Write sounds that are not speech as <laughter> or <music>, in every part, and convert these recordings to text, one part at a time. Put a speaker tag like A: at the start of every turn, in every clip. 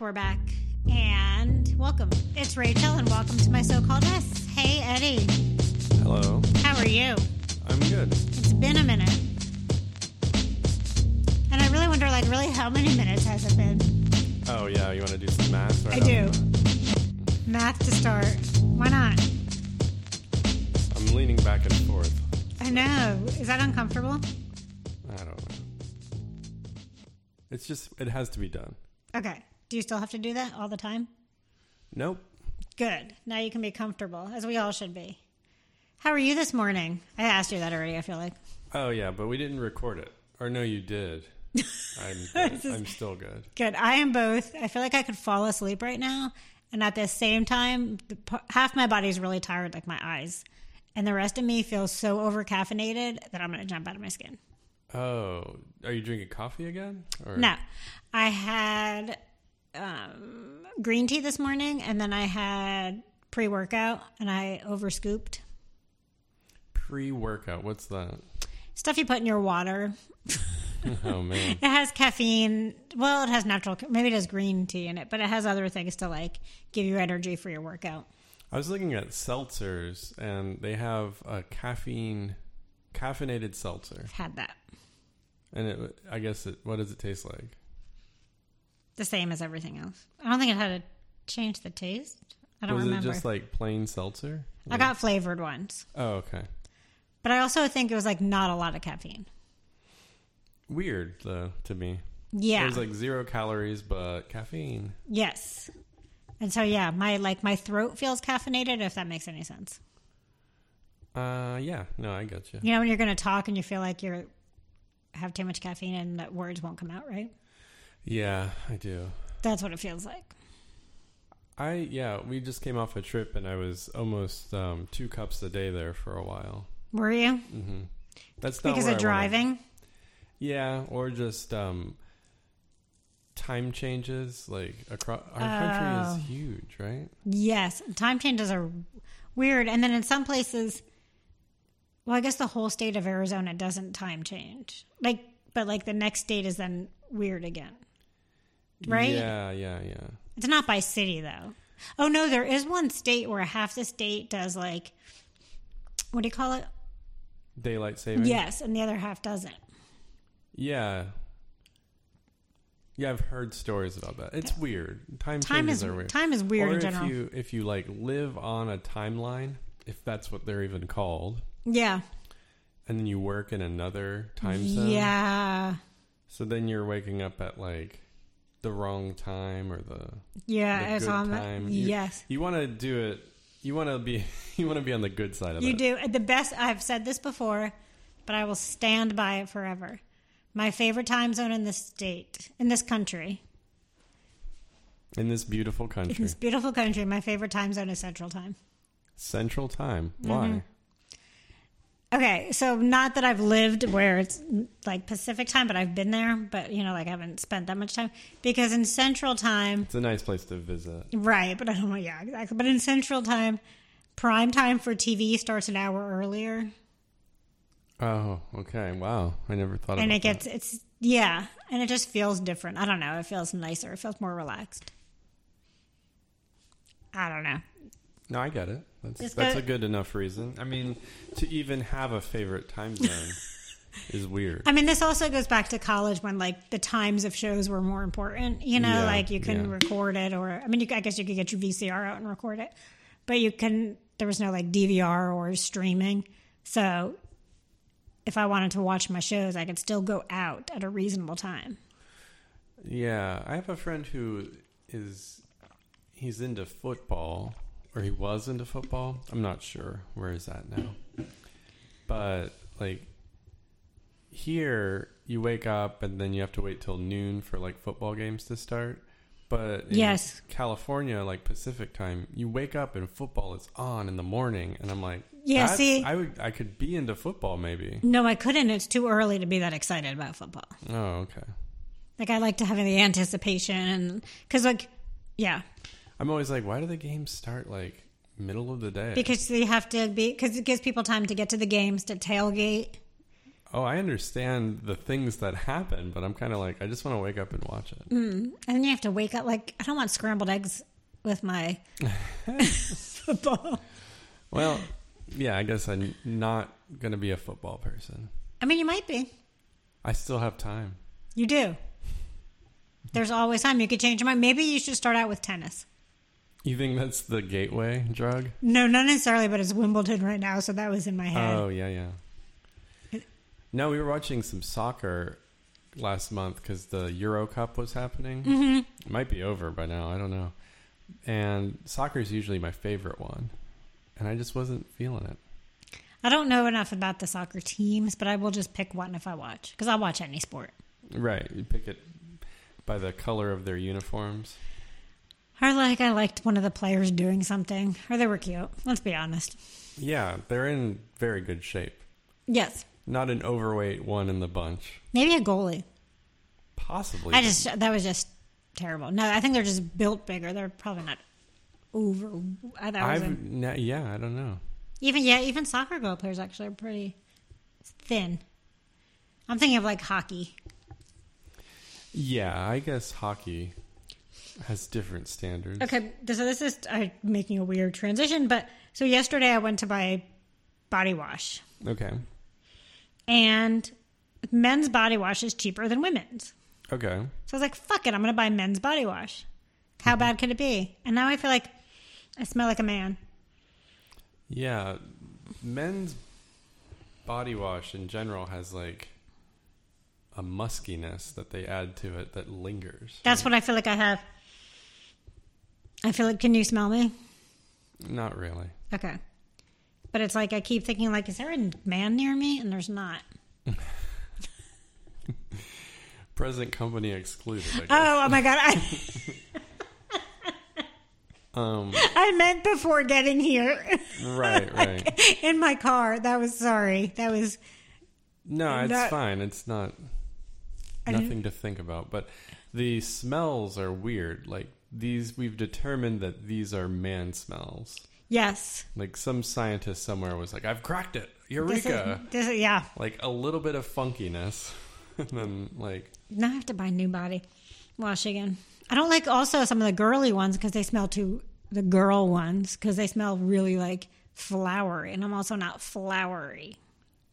A: we're back. And welcome. It's Rachel, and welcome to my so called S. Hey, Eddie.
B: Hello.
A: How are you?
B: I'm good.
A: It's been a minute. And I really wonder, like, really, how many minutes has it been?
B: Oh yeah, you want to do some math? Right
A: I
B: off
A: do.
B: the bat?
A: Math to start. Why not?
B: I'm leaning back and forth.
A: I know. Is that uncomfortable?
B: I don't know. It's just it has to be done.
A: Okay. Do you still have to do that all the time?
B: Nope.
A: Good. Now you can be comfortable, as we all should be. How are you this morning? I asked you that already, I feel like.
B: Oh yeah, but we didn't record it. Or no, you
A: <laughs>
B: did. I'm
A: This
B: good.
A: is-
B: I'm still good.
A: Good. I am both. I feel like I could fall asleep right now. And at the same time, the, p- half my body's really tired, like my eyes. And the rest of me feels so over caffeinated that I'm going to jump out of my skin.
B: Oh, are you drinking coffee again? Or
A: No, I had um, green tea this morning and then I had pre workout and I over scooped
B: pre-workout? What's that? <laughs>
A: stuff you put in your water.
B: Oh man.
A: It has caffeine. Well, it has natural, ca- maybe it has green tea in it, but it has other things to like give you energy for your workout.
B: I was looking at seltzers, and they have a caffeine, caffeinated seltzer,
A: I've had that.
B: and it. I guess it. What does it taste like?
A: the same as everything else. I don't think it had to change the taste. I don't
B: was
A: remember.
B: it just like plain seltzer?
A: I got flavored ones,
B: Oh, okay.
A: but I also think it was like not a lot of caffeine.
B: Weird though to me. It
A: Yeah.
B: was like zero calories but caffeine.
A: yes. And so yeah, my like my throat feels caffeinated if that makes any sense.
B: Uh, yeah. No, I got you.
A: You know when you're going to talk and you feel like you're have too much caffeine and that words won't come out right?
B: Yeah, I do.
A: That's what it feels like.
B: I yeah. We just came off a trip and I was almost um, two cups a day there for a while.
A: Were you?
B: hmm That's not
A: Because
B: where I wanna-
A: of driving?
B: Yeah, or just um, time changes. Like across our country
A: Oh.
B: is huge, right?
A: Yes, time changes are weird. And then in some places, well, I guess the whole state of Arizona doesn't time change. Like, but like the next state is then weird again. Right?
B: Yeah, yeah, yeah.
A: It's not by city though. Oh no, there is one state where half the state does like, what do you call it?
B: Daylight saving.
A: Yes, and the other half doesn't.
B: Yeah. Yeah, I've heard stories about that. It's weird. Time,
A: Time
B: changes
A: is
B: are weird.
A: time is weird
B: or
A: in general.
B: if you if you like live on a timeline, if that's what they're even called,
A: yeah,
B: and then you work in another time zone.
A: yeah,
B: So then you're waking up at like the wrong time or the
A: yeah.
B: the
A: It's
B: good
A: on
B: time.
A: the
B: You-
A: yes.
B: you want to do it. You want to be <laughs> you want to be on the good side of
A: You
B: it.
A: do. The best, I've said this before, but I will stand by it forever. My favorite time zone in this state, in this country,
B: in this beautiful
A: in
B: country,
A: this beautiful country, my favorite time zone is Central Time.
B: Central Time.
A: Mm-hmm.
B: Why?
A: Okay, so not that I've lived where it's like Pacific time, but I've been there, but you know, like I haven't spent that much time because in Central time,
B: It's a nice place to visit.
A: Right, but I don't know. Yeah, exactly. But in Central Time, prime time for TV starts an hour earlier,
B: Oh, okay. Wow, I never thought.
A: and
B: about
A: it gets it's yeah, and it just feels different. I don't know. It feels nicer. It feels more relaxed. I don't know.
B: No, I get it. That's
A: Just
B: that's
A: go-
B: a good enough reason. I mean, to even have a favorite time zone is weird.
A: I mean, this also goes back to college when like the times of shows were more important. You know,
B: Yeah,
A: like you couldn't
B: yeah.
A: record it, or I mean, you, I guess you could get your VCR out and record it, but you couldn't. There was no like DVR or streaming, so if I wanted to watch my shows, I could still go out at a reasonable time.
B: Yeah, I have a friend who is he's into football, or he was into football. I'm not sure where is that now, but like here, you wake up and then you have to wait till noon for like football games to start. But in
A: Yes.
B: California, like Pacific time, you wake up and football is on in the morning, and I'm like,
A: Yeah,
B: that's-
A: see-
B: I would, I could be into football maybe.
A: No, I couldn't. It's too early to be that excited about football.
B: Oh, okay.
A: Like I like to have the anticipation, and because like yeah,
B: I'm always like, why do the games start like middle of the day?
A: because they have to be because it gives people time to get to the games to tailgate.
B: oh, I understand the things that happen, but I'm kind of like, I just want to wake up and watch it.
A: And then you have to wake up like I don't want scrambled eggs with my <laughs> football.
B: Well, yeah, I guess I'm not going to be a football person.
A: I mean, you might be.
B: I still have time.
A: You do. There's always time. You could change your mind. Maybe you should start out with tennis.
B: You think that's the gateway drug?
A: No, not necessarily, but it's Wimbledon right now, so that was in my head.
B: Oh, yeah, yeah. No, we were watching some soccer last month because the Euro Cup was happening. Mm-hmm. It might be over by now. I don't know. And soccer is usually my favorite one. And I just wasn't feeling it.
A: I don't know enough about the soccer teams, but I will just pick one if I watch because I watch any sport.
B: Right. You pick it by the color of their uniforms.
A: Or like I liked one of the players doing something, or they were cute. Let's be honest.
B: Yeah, they're in very good shape.
A: Yes,
B: Not an overweight one in the bunch.
A: maybe a goalie.
B: Possibly.
A: I just that was just terrible. No, I think they're just built bigger. They're probably not over. I thought it
B: I've,
A: was a-
B: n- yeah, I don't know.
A: even yeah, even soccer goal players actually are pretty thin. I'm thinking of like hockey.
B: Yeah, I guess hockey has different standards.
A: Okay, th- so this is I'm making a weird transition, but so yesterday I went to buy body wash,
B: Okay.
A: and men's body wash is cheaper than women's.
B: Okay.
A: So I was like, fuck it, I'm going to buy men's body wash. How
B: Mm-hmm.
A: bad could it be? And now I feel like I smell like a man.
B: Yeah, men's body wash in general has like a muskiness that they add to it that lingers.
A: That's what I feel like I have. I feel like, can you smell me?
B: Not really.
A: Okay. But it's like I keep thinking, like, is there a man near me? And there's not.
B: Present company excluded. I guess.
A: Oh, oh my god! I,
B: <laughs> Um,
A: I meant before getting here <laughs>
B: right, right.
A: in my car. That was sorry. That was
B: No, it's
A: That-
B: fine. It's not
A: I didn't-
B: nothing to think about. But the smells are weird. Like these, we've determined that these are man smells.
A: yes.
B: Like some scientist somewhere was like, "I've cracked it,
A: This is,
B: eureka!"
A: this is yeah.
B: Like a little bit of funkiness, <laughs> and then like
A: Now I have to buy new body wash again. I don't like also some of the girly ones because they smell too the girl ones because they smell really like flowery, and I'm also not flowery.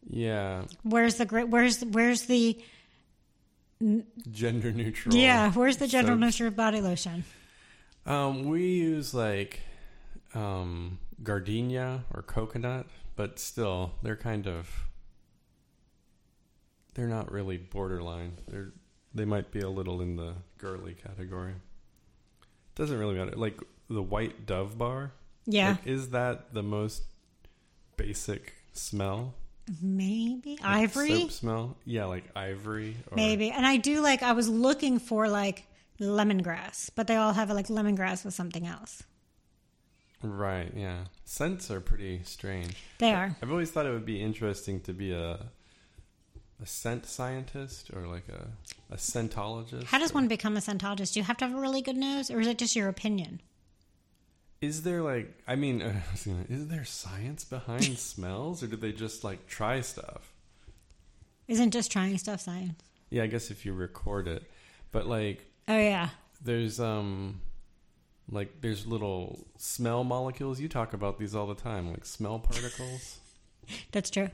B: Yeah,
A: Where's the great? Where's where's the
B: gender neutral.
A: yeah? Where's the general
B: So-
A: nature of body lotion?
B: Um, we use like um, gardenia or coconut, but still, they're kind of they're not really borderline. They're they might be a little in the girly category. Doesn't really matter. Like the white Dove bar.
A: Yeah,
B: Like, is that the most basic smell?
A: maybe
B: Like
A: ivory,
B: soap smell. Yeah, like ivory. Or,
A: maybe. And I do like. I was looking for like lemongrass, but they all have like lemongrass with something else.
B: Right. Yeah. Scents are pretty strange.
A: They are.
B: I've always thought it would be interesting to be a a scent scientist or like a a scentologist.
A: How does
B: or-
A: one become a scentologist? Do you have to have a really good nose, or is it just your opinion?
B: Is there like I mean, <laughs> I was gonna- is there science
A: <laughs>
B: behind smells or do they just like try stuff?
A: Isn't just trying stuff science?
B: Yeah, I guess if you record it, but like
A: Oh yeah.
B: there's um like there's little smell molecules. You talk about these all the time, like smell
A: <laughs>
B: particles.
A: That's true.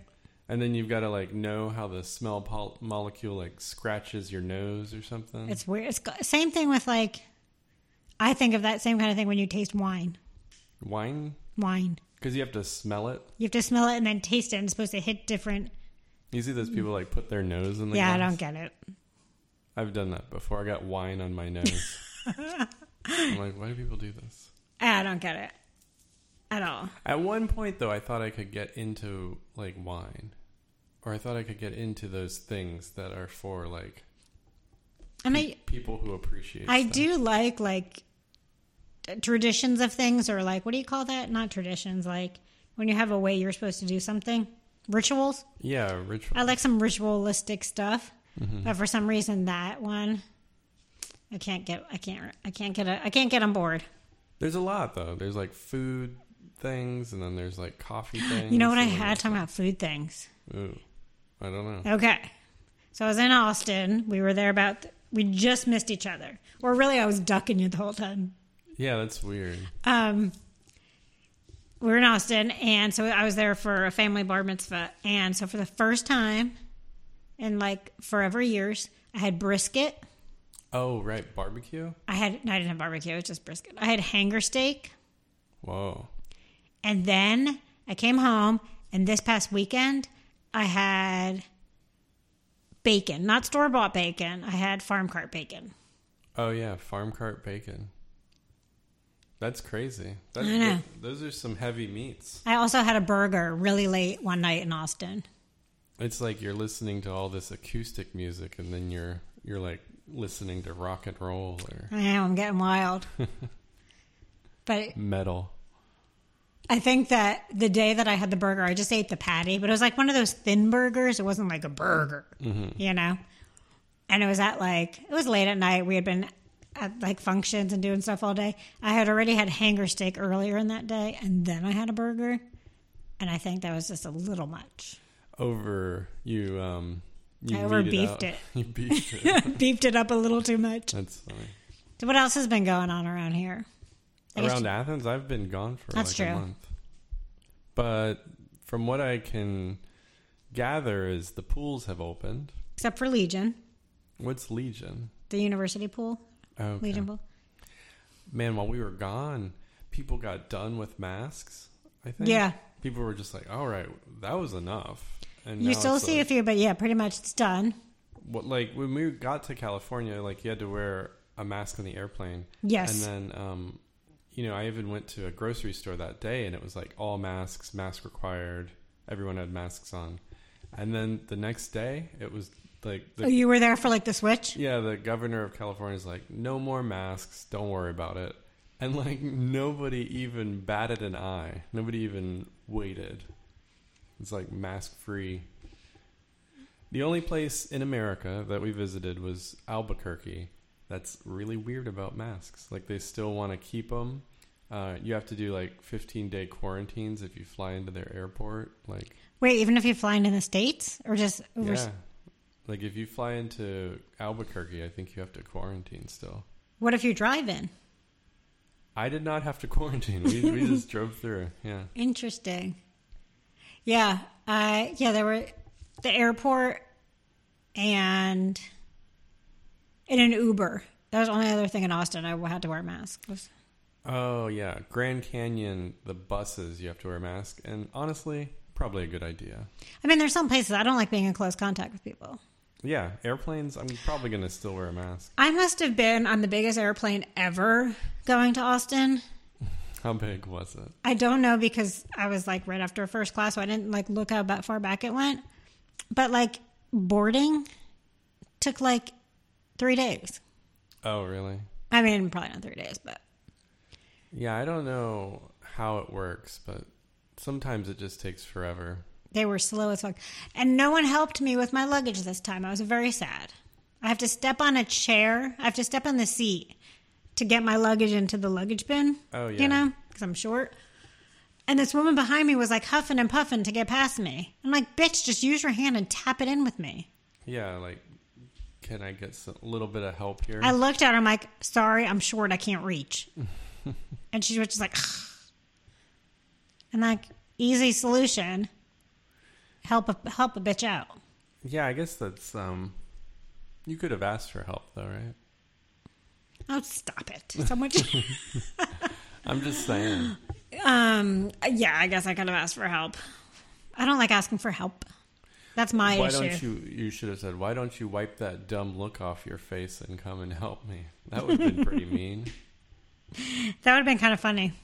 B: And then you've got to like know how the smell pol- molecule like scratches your nose or something.
A: It's weird. It's go- same thing with like. I think of that same kind of thing when you taste wine.
B: Wine
A: Wine.
B: because you have to smell it.
A: You have to smell it and then taste it, and it's supposed to hit different.
B: You see those people like put their nose in the
A: yeah, I
B: glass?
A: don't get it.
B: I've done that before. I got wine on my
A: <laughs>
B: nose. I'm like, why do people do this?
A: I don't get it at all.
B: At one point though, I thought I could get into like wine, or I thought I could get into those things that are for like
A: And I,
B: people who appreciate.
A: I
B: stuff.
A: do like like t- traditions of things, or like what do you call that? Not traditions, like when you have a way you're supposed to do something. Rituals.
B: Yeah, ritual.
A: I like some ritualistic stuff, but for some reason that one, I can't get. I can't. I can't get. A, I can't get on board.
B: There's a lot though. There's like food things, and then there's like coffee things.
A: <gasps> You know what I
B: and then
A: had
B: there's-
A: talking about food things?
B: Ooh. I don't know.
A: Okay. So I was in Austin. We were there about, we just missed each other. Or really, I was ducking you the whole time.
B: Yeah, that's weird.
A: Um, we were in Austin, and so I was there for a family bar mitzvah. And so for the first time in like forever years, I had brisket.
B: Oh, right, barbecue.
A: I had, no, I didn't have barbecue, it was just brisket. I had hanger steak.
B: Whoa.
A: And then I came home, and this past weekend, I had bacon, not store bought bacon. I had farm cart bacon.
B: Oh yeah, farm cart bacon. That's crazy. That,
A: I know.
B: Those are some heavy meats.
A: I also had a burger really late one night in Austin.
B: It's like you're listening to all this acoustic music, and then you're you're like listening to rock and roll or
A: I know, I'm getting wild. but
B: metal.
A: I think that the day that I had the burger, I just ate the patty, but it was like one of those thin burgers. It wasn't like a burger,
B: Mm-hmm.
A: you know? And it was at like, it was late at night. We had been at like functions and doing stuff all day. I had already had hanger steak earlier in that day, and then I had a burger. And I think that was just a little much. <laughs>
B: Over you. Um, you
A: I
B: meat
A: overbeefed
B: out.
A: it.
B: <laughs> you beefed
A: <laughs>
B: it.
A: Beefed it up a little too much.
B: That's funny.
A: So, what else has been going on around here? I guess-
B: around Athens. I've been gone for
A: That's
B: like a
A: true.
B: month. But from what I can gather is the pools have opened.
A: Except for Legion,
B: What's Legion?
A: the university pool,
B: Okay.
A: Legion pool.
B: Man, while we were gone, people got done with masks, I think.
A: Yeah.
B: People were just like, "All right, that was enough." And
A: You
B: now
A: still
B: it's
A: see a
B: like,
A: few, but yeah, pretty much it's done.
B: what like when we got to California, like you had to wear a mask on the airplane.
A: Yes.
B: And then, um, you know, I even went to a grocery store that day, and it was like all masks, mask required. Everyone had masks on. And then the next day, it was like, the,
A: oh, you were there for like the switch?
B: yeah, the governor of California is like, no more masks. Don't worry about it. And like nobody even batted an eye. Nobody even waited. It's like mask free. The only place in America that we visited was Albuquerque. That's really weird about masks. Like they still want to keep them. Uh, you have to do like 15 day quarantines if you fly into their airport. Like
A: Wait, even if you fly into the states or just over?
B: yeah. Like if you fly into Albuquerque, I think you have to quarantine still.
A: What if you drive in?
B: I did not have to <laughs> quarantine. We, we just drove through. Yeah.
A: Interesting. Yeah, uh, yeah. There were the airport and in an Uber. That was the only other thing in Austin I had to wear a mask. Was
B: Oh yeah, Grand Canyon. The buses you have to wear a mask, and honestly, probably a good idea.
A: I mean, there's some places I don't like being in close contact with people.
B: Yeah, airplanes. I'm probably gonna still wear a mask.
A: I must have been on the biggest airplane ever going to Austin.
B: How big was it?
A: I don't know because I was like right after first class, so I didn't like look how ba- far back it went. But like boarding took like three days.
B: Oh really?
A: I mean, probably not three days, but
B: Yeah, I don't know how it works, but sometimes it just takes forever.
A: they were slow as fuck. And no one helped me with my luggage this time. I was very sad. I have to step on a chair. I have to step on the seat to get my luggage into the luggage bin.
B: Oh, yeah.
A: You know, because I'm short. And this woman behind me was like huffing and puffing to get past me. I'm like, bitch, just use your hand and tap it in with me.
B: Yeah, like, can I get some, a little bit of help here?
A: I looked at her. I'm like, sorry, I'm short. I
B: <laughs>
A: can't reach. and she was just like, "Ugh." and like, easy solution. Help a help a bitch out.
B: yeah, I guess that's um. You could have asked for help though, right?
A: Oh, stop it. So much.
B: <laughs> I'm just saying.
A: um. Yeah, I guess I could have asked for help. I don't like asking for help. That's my
B: why
A: issue.
B: don't you you should have said why don't you wipe that dumb look off your face and come and help me that would have been
A: <laughs>
B: pretty mean
A: That would have been kind of funny.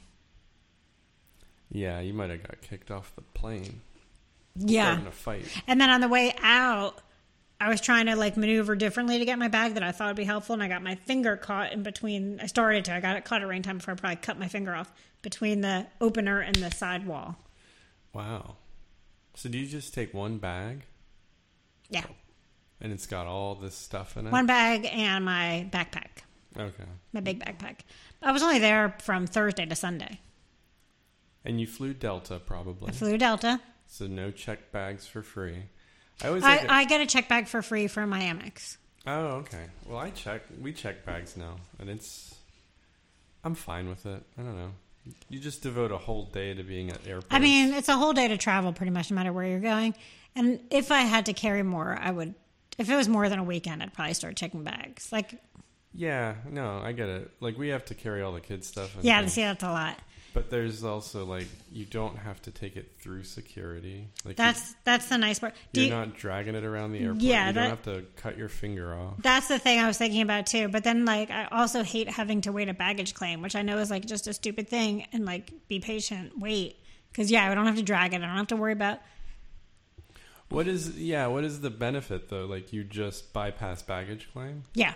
B: yeah you might have got kicked off the plane
A: Yeah.
B: starting a fight
A: And then on the way out, I was trying to like maneuver differently to get my bag that I thought would be helpful, and I got my finger caught in between. I started to. I got it caught a rain time before I probably cut my finger off between the opener and the side wall.
B: wow so do you just take one bag
A: Yeah,
B: and it's got all this stuff in it
A: one bag and my backpack,
B: okay
A: my big backpack. I was only there from Thursday to Sunday.
B: and you flew delta probably
A: I flew Delta.
B: so no check bags for free I always
A: I,
B: like it-
A: I get a check bag for free from my Amex.
B: Oh, okay. Well, I check. We check bags now, and it's. I'm fine with it. I don't know. You just devote a whole day to being at airport.
A: I mean, it's a whole day to travel, pretty much, no matter where you're going. And if I had to carry more, I would. If it was more than a weekend, I'd probably start checking bags. Like,
B: yeah, no, I get it. Like we have to carry all the kids stuff. And
A: yeah,
B: things,
A: see, that's a lot.
B: But there's also like you don't have to take it through security. Like you-
A: That's that's the nice part. Do
B: you're
A: you,
B: not dragging it around the airport.
A: Yeah,
B: you
A: that-
B: don't have to cut your finger off.
A: that's the thing I was thinking about too. But then, like, I also hate having to wait a baggage claim, which I know is like just a stupid thing. And like, be patient, wait, because yeah, I don't have to drag it. I don't have to worry about.
B: What is yeah? What is the benefit though? Like you just bypass baggage claim.
A: Yeah,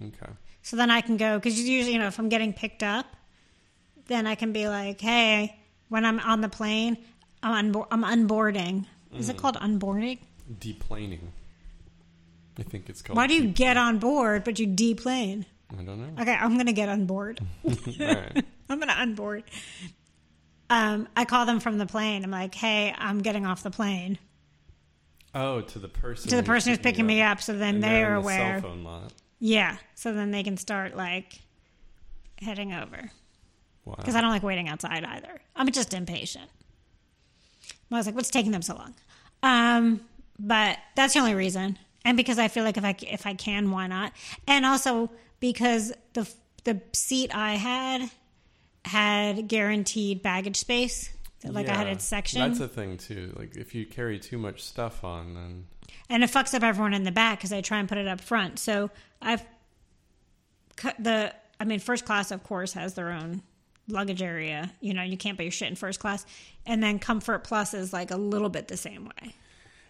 B: Okay.
A: So then I can go because usually, you know, if I'm getting picked up, then I can be like, "Hey, when I'm on the plane, I'm unbo- I'm unboarding." Is it called unboarding?
B: Deplaning. I think it's called.
A: Why do you
B: deplaning.
A: get on board but you deplane?
B: I don't
A: <laughs>
B: know.
A: Okay, I'm gonna get on board.
B: All right.
A: I'm gonna unboard. Um, I call them from the plane. I'm like, "Hey, I'm getting off the plane."
B: Oh, to the person.
A: To the person who's picking me up, so then
B: and
A: they
B: they're
A: are
B: on the
A: aware.
B: Cell phone lot.
A: Yeah, so then they can start like heading over.
B: Wow.
A: because I don't like waiting outside either. I'm just impatient. I was like, what's taking them so long? Um, but that's the only reason, and because I feel like if I if I can, why not? And also because the the seat I had had guaranteed baggage space. Like I had
B: Yeah.
A: its section,
B: That's a thing too. Like if you carry too much stuff on, then
A: and it fucks up everyone in the back because I try and put it up front. So I've cut the. I mean, first class of course has their own luggage area. You know, you can't put your shit in first class, and then comfort plus is like a little bit the same way.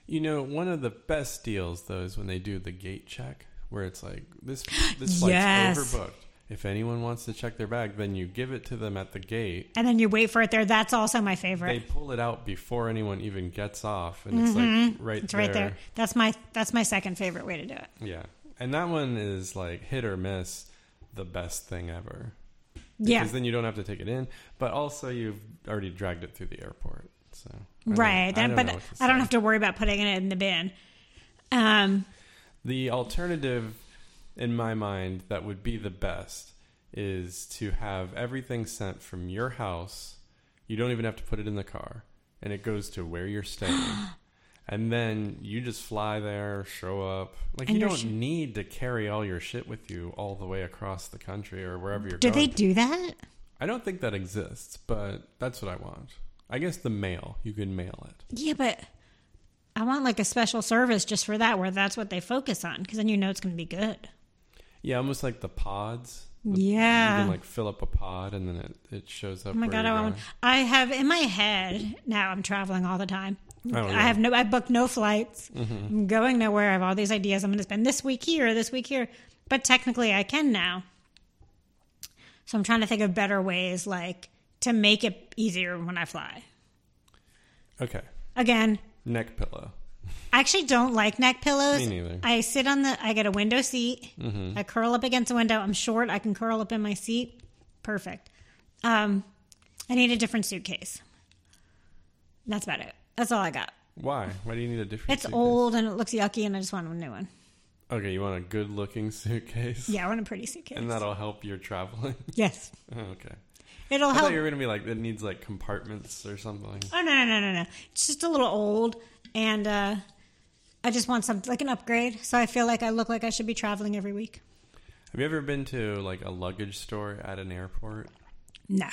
B: you know one of the best deals though is when they do the gate check, where it's like this
A: <gasps>
B: this flight's
A: Yes.
B: overbooked. If anyone wants to check their bag, then you give it to them at the gate.
A: And then you wait for it there. That's also my favorite.
B: They pull it out before anyone even gets off, and it's like right
A: Mm-hmm. it's right there. That's my that's my second favorite way to do it.
B: Yeah, and that one is like hit or miss, the best thing ever.
A: Yeah,
B: Because then you don't have to take it in, but also you've already dragged it through the airport. So I don't-
A: right.
B: I
A: Then,
B: don't
A: but
B: know what to
A: I don't
B: say.
A: have to worry about putting it in the bin. Um,
B: The alternative, in my mind, that would be the best is to have everything sent from your house. You don't even have to put it in the car, and it goes to where you're
A: <gasps>
B: staying. And then you just fly there, show up. Like
A: And
B: you
A: your
B: don't
A: sh-
B: need to carry all your shit with you all the way across the country or wherever you're
A: do
B: going.
A: they do that?
B: I don't think that exists, but that's what I want. I guess the mail. You can mail it.
A: Yeah, but I want like a special service just for that, where that's what they focus on, because then you know it's going to be good.
B: Yeah, almost like the pods. You
A: Yeah.
B: can like fill up a pod and then it, it shows up.
A: Uh. oh my
B: where
A: god, I
B: you're
A: want.
B: going.
A: I have in my head now. I'm traveling all the time.
B: Oh,
A: I
B: yeah. Mm-hmm.
A: have no. I booked no flights. I'm going nowhere. I have all these ideas. I'm going to spend this week here, this week here. But technically, I can now. So I'm trying to think of better ways, like to make it easier when I fly.
B: Okay.
A: Again,
B: Neck pillow.
A: I actually don't like neck pillows.
B: Me neither. Mm-hmm.
A: I sit on the. I get a window seat. I curl up against the window. I'm short. I can curl up in my seat. Perfect. Um, I need a different suitcase. That's about it. That's all I got.
B: Why? Why do you need a different
A: It's
B: suitcase?
A: old and it looks yucky, and I just want a new one.
B: Okay, you want a good looking suitcase?
A: Yeah, I want a pretty suitcase.
B: And that'll help your traveling? <laughs>
A: yes,
B: Oh, okay.
A: it'll
B: I
A: help.
B: thought you were going to be like, it needs like compartments or something.
A: Oh no no no no no! It's just a little old, and uh, I just want something like an upgrade. So I feel like I look like I should be traveling every week.
B: Have you ever been to like a luggage store at an airport?
A: No,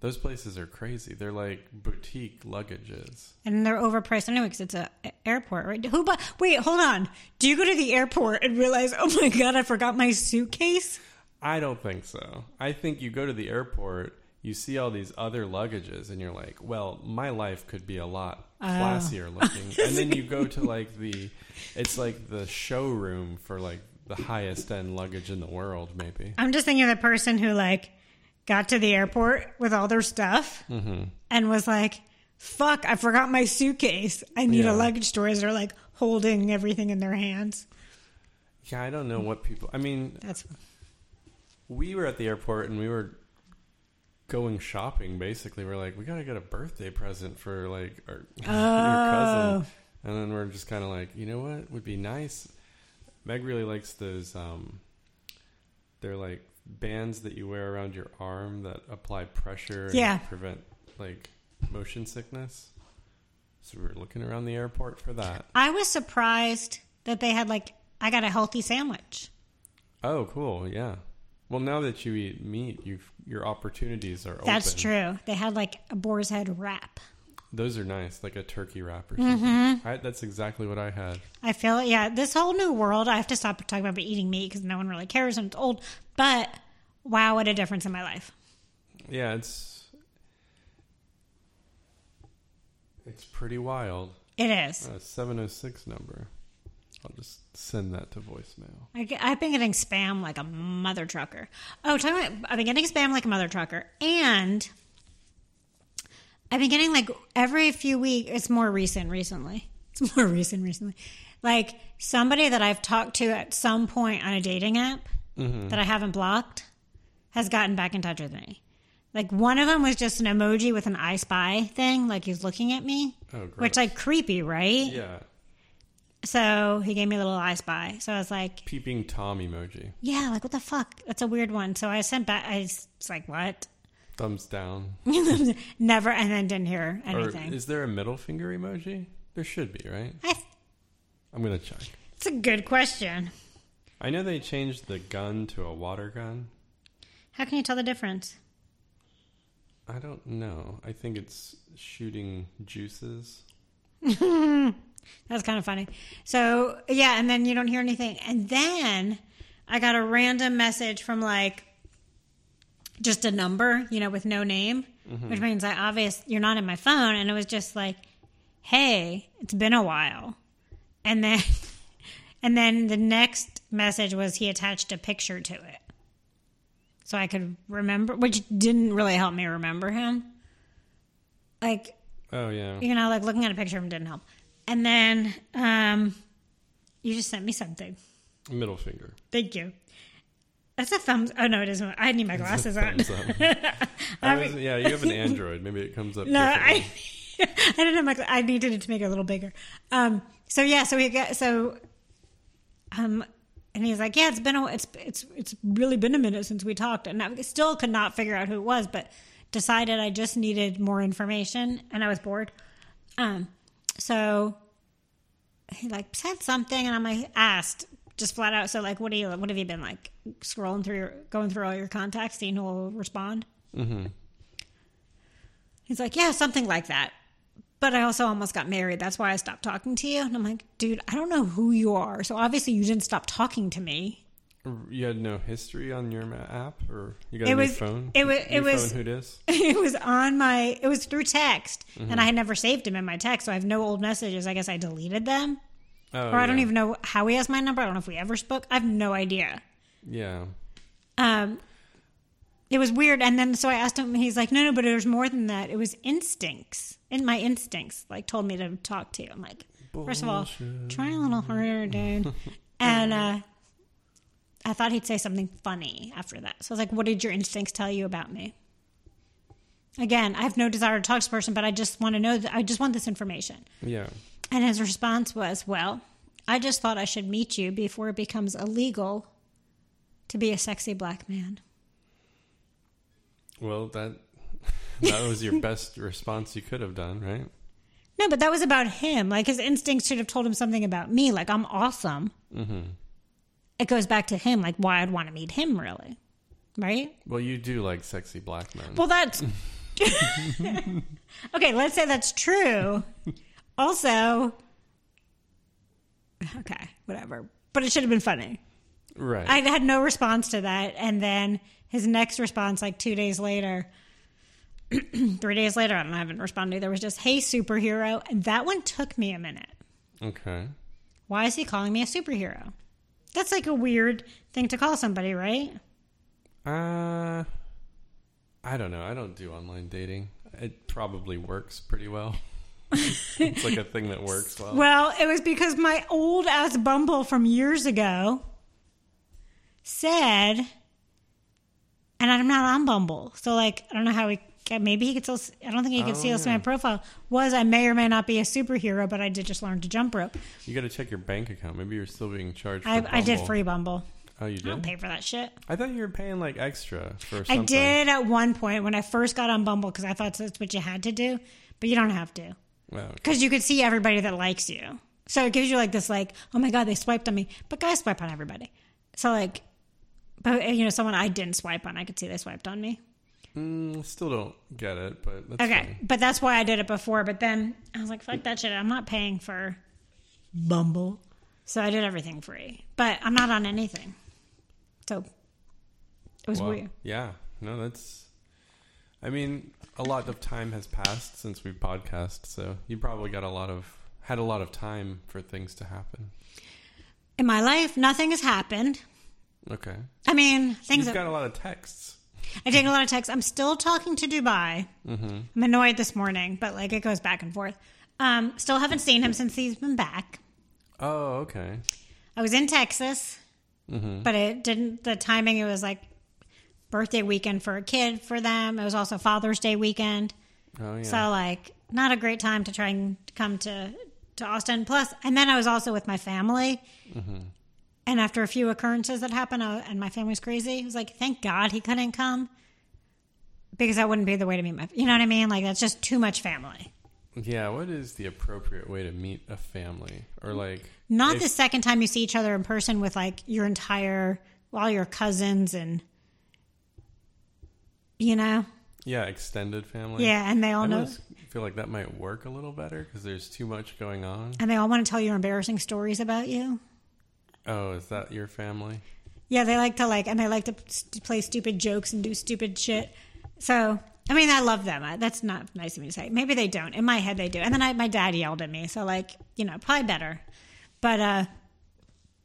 B: Those places are crazy. They're like boutique luggages.
A: And they're overpriced anyway because it's a a airport, right? Who bought? Wait, hold on. Do you go to the airport and realize, oh my god, I forgot my suitcase?
B: I don't think so. I think you go to the airport, you see all these other luggages, and you're like, well, my life could be a lot classier looking. and then you go to like the, it's like the showroom for like the highest end luggage in the world, maybe.
A: I'm just thinking of the person who like got to the airport with all their stuff
B: Mm-hmm.
A: and was like, "Fuck, I forgot my suitcase. I need
B: Yeah.
A: a luggage store." As they're like holding everything in their hands.
B: Yeah, I don't know what people, I mean,
A: That's
B: we were at the airport and we were going <laughs>
A: Oh.
B: shopping basically. We're like, we got to get a birthday present for like our, your cousin. And then we're just kind of like, you know what would be nice? Meg really likes those. Um, they're like bands that you wear around your arm that apply pressure and
A: Yeah.
B: prevent like motion sickness. So we were looking around the airport for that.
A: I was surprised that they had like I got a healthy sandwich.
B: Oh, cool. Yeah. Well, now that you eat meat, you your opportunities are open.
A: That's true. They had like a boar's head wrap.
B: Those are nice, like a turkey wrap or something. I, that's exactly what I had.
A: I feel yeah, this whole new world. I have to stop talking about eating meat because no one really cares and it's old. But wow, what a difference in my life.
B: Yeah, it's it's pretty wild.
A: It is.
B: A seven oh six number. I'll just send that to voicemail.
A: I, have been getting spam like a mother trucker. Oh, talking about, I've been getting spam like a mother trucker, and I've been getting like every few weeks. It's more recent recently. It's <laughs> more recent recently. Like somebody that I've talked to at some point on a dating app
B: Mm-hmm.
A: that I haven't blocked has gotten back in touch with me. Like one of them was just an emoji with an I spy thing, like he's looking at me,
B: Oh, great.
A: which like creepy, right?
B: yeah,
A: So he gave me a little I spy. So I was like,
B: peeping tom emoji,
A: yeah, like what the fuck? That's a weird one. So I sent back. I was like, what? <laughs>
B: thumbs down.
A: Never, and then didn't hear anything.
B: Or is there a middle finger emoji? There should be, right?
A: I,
B: I'm gonna check.
A: it's a good question.
B: I know they changed the gun to a water gun.
A: How can you tell the difference?
B: I don't know. I think it's shooting juices.
A: That was kind of funny. So yeah, and then you don't hear anything, and then I got a random message from like just a number, you know, with no name, which means I obvious you're not in my phone, and it was just like, hey, it's been a while, and then <laughs> and then the next message was he attached a picture to it, so I could remember, which didn't really help me remember him, like
B: Oh yeah.
A: you know, like looking at a picture of him didn't help. And then um, you just sent me something.
B: Middle finger.
A: Thank you. That's a thumbs. Oh no, it isn't. I need my glasses on.
B: Thumbs
A: <laughs>
B: up. I was- yeah, you have an Android. Maybe it comes up.
A: No, I,
B: differently.
A: <laughs> I don't know. My, gla- I needed it to make it a little bigger. Um, so yeah, so we got so, um, and he's like, yeah, it's been a, it's it's it's really been a minute since we talked, and I still could not figure out who it was, but decided I just needed more information, and I was bored. Um, so he like said something, and I'm like asked just flat out. So like, what do you what have you been like scrolling through, your, going through all your contacts, seeing who will respond? He's like, yeah, something like that. But I also almost got married. That's why I stopped talking to you. And I'm like, dude, I don't know who you are. So obviously you didn't stop talking to me. <laughs>
B: You had no history on your ma- app, or you got
A: It
B: a new
A: was-
B: phone.
A: it wa-
B: New
A: it was-
B: phone, who
A: <laughs>
B: dis?
A: it was on my. It was through text, and I had never saved him in my text, so I have no old messages. I guess I deleted them,
B: Oh,
A: or I don't
B: yeah.
A: even know how he has my number. I don't know if we ever spoke. I have no idea.
B: Yeah,
A: um, it was weird. And then so I asked him, he's like, no, no, but there's more than that. It was instincts. And my instincts like told me to talk to you. I'm like, first of all, try a little harder, dude. and uh, I thought he'd say something funny after that. So I was like, what did your instincts tell you about me? Again, I have no desire to talk to this person, but I just want to know that I just want this information.
B: yeah.
A: And his response was, Well, I just thought I should meet you before it becomes illegal to be a sexy black man.
B: Well, that <laughs> that was your best response you could have done, right?
A: No, but that was about him. Like his instincts should have told him something about me. Like I'm awesome. It goes back to him, like why I'd want to meet him, really. Right?
B: Well, you do like sexy black men.
A: Well, that's. <laughs> okay, let's say that's true. Also, okay, whatever. But it should have been funny.
B: right.
A: I had no response to that. And then his next response, like two days later, <clears throat> three days later, I don't know, I haven't responded. There was just, hey, superhero. And that one took me a minute.
B: okay.
A: Why is he calling me a superhero? That's like a weird thing to call somebody, right?
B: Uh, I don't know. I don't do online dating. It probably works pretty well. <laughs> it's like a thing that works well.
A: Well, it was because my old ass Bumble from years ago said, and I'm not on Bumble. So, like, I don't know how he okay, maybe he could still. I don't think he could
B: Oh,
A: see this in
B: yeah.
A: my profile. Was I may or may not be a superhero, but I did just learn to jump rope.
B: You got to check your bank account. Maybe you're still being charged. For
A: I, I did
B: Bumble.
A: free Bumble.
B: Oh, you
A: I don't
B: did.
A: pay for that shit.
B: I thought you were paying like extra for. Something.
A: I did at one point when I first got on Bumble because I thought that's what you had to do, but you don't have to
B: Wow. okay.
A: because you could see everybody that likes you. So it gives you like this, like, oh my god, they swiped on me, but guys swipe on everybody. So like, but eh, you know, someone I didn't swipe on, I could see they swiped on me.
B: Mm, still don't get it, but that's
A: Okay,
B: fine.
A: but that's why I did it before. But then I was like, fuck that shit. I'm not paying for Bumble. So I did everything free, but I'm not on anything. So it was
B: Wow.
A: weird.
B: Yeah. No, that's. I mean, a lot of time has passed since we podcast, so you probably got a lot of had a lot of time for things to happen.
A: In my life, nothing has happened.
B: Okay.
A: I mean, things
B: You've
A: have,
B: got a lot of texts.
A: I take a lot of texts. I'm still talking to Dubai. I'm annoyed this morning, but like it goes back and forth. Um, still haven't seen him since he's been back.
B: Oh, okay.
A: I was in Texas, but it didn't. The timing it was like birthday weekend for a kid for them. It was also Father's Day weekend,
B: Oh, yeah.
A: so like not a great time to try and come to to Austin. Plus, and then I was also with my family.
B: Mm-hmm.
A: And after a few occurrences that happened, I, and my family's crazy, it was like, thank God he couldn't come because that wouldn't be the way to meet my. You know what I mean? Like that's just too much family.
B: yeah. What is the appropriate way to meet a family, or like?
A: Not
B: if-
A: the second time you see each other in person with like your entire, all your cousins and, you know,
B: Yeah, extended family.
A: yeah, and they all
B: I
A: know,
B: always feel like that might work a little better because there's too much going on.
A: and they all want to tell you embarrassing stories about you.
B: Oh, is that your family?
A: Yeah, they like to like, and they like to st- play stupid jokes and do stupid shit. So, I mean, I love them. I, that's not nice of me to say. Maybe they don't. In my head, they do. And then I, my dad yelled at me, so like, you know, probably better. But uh,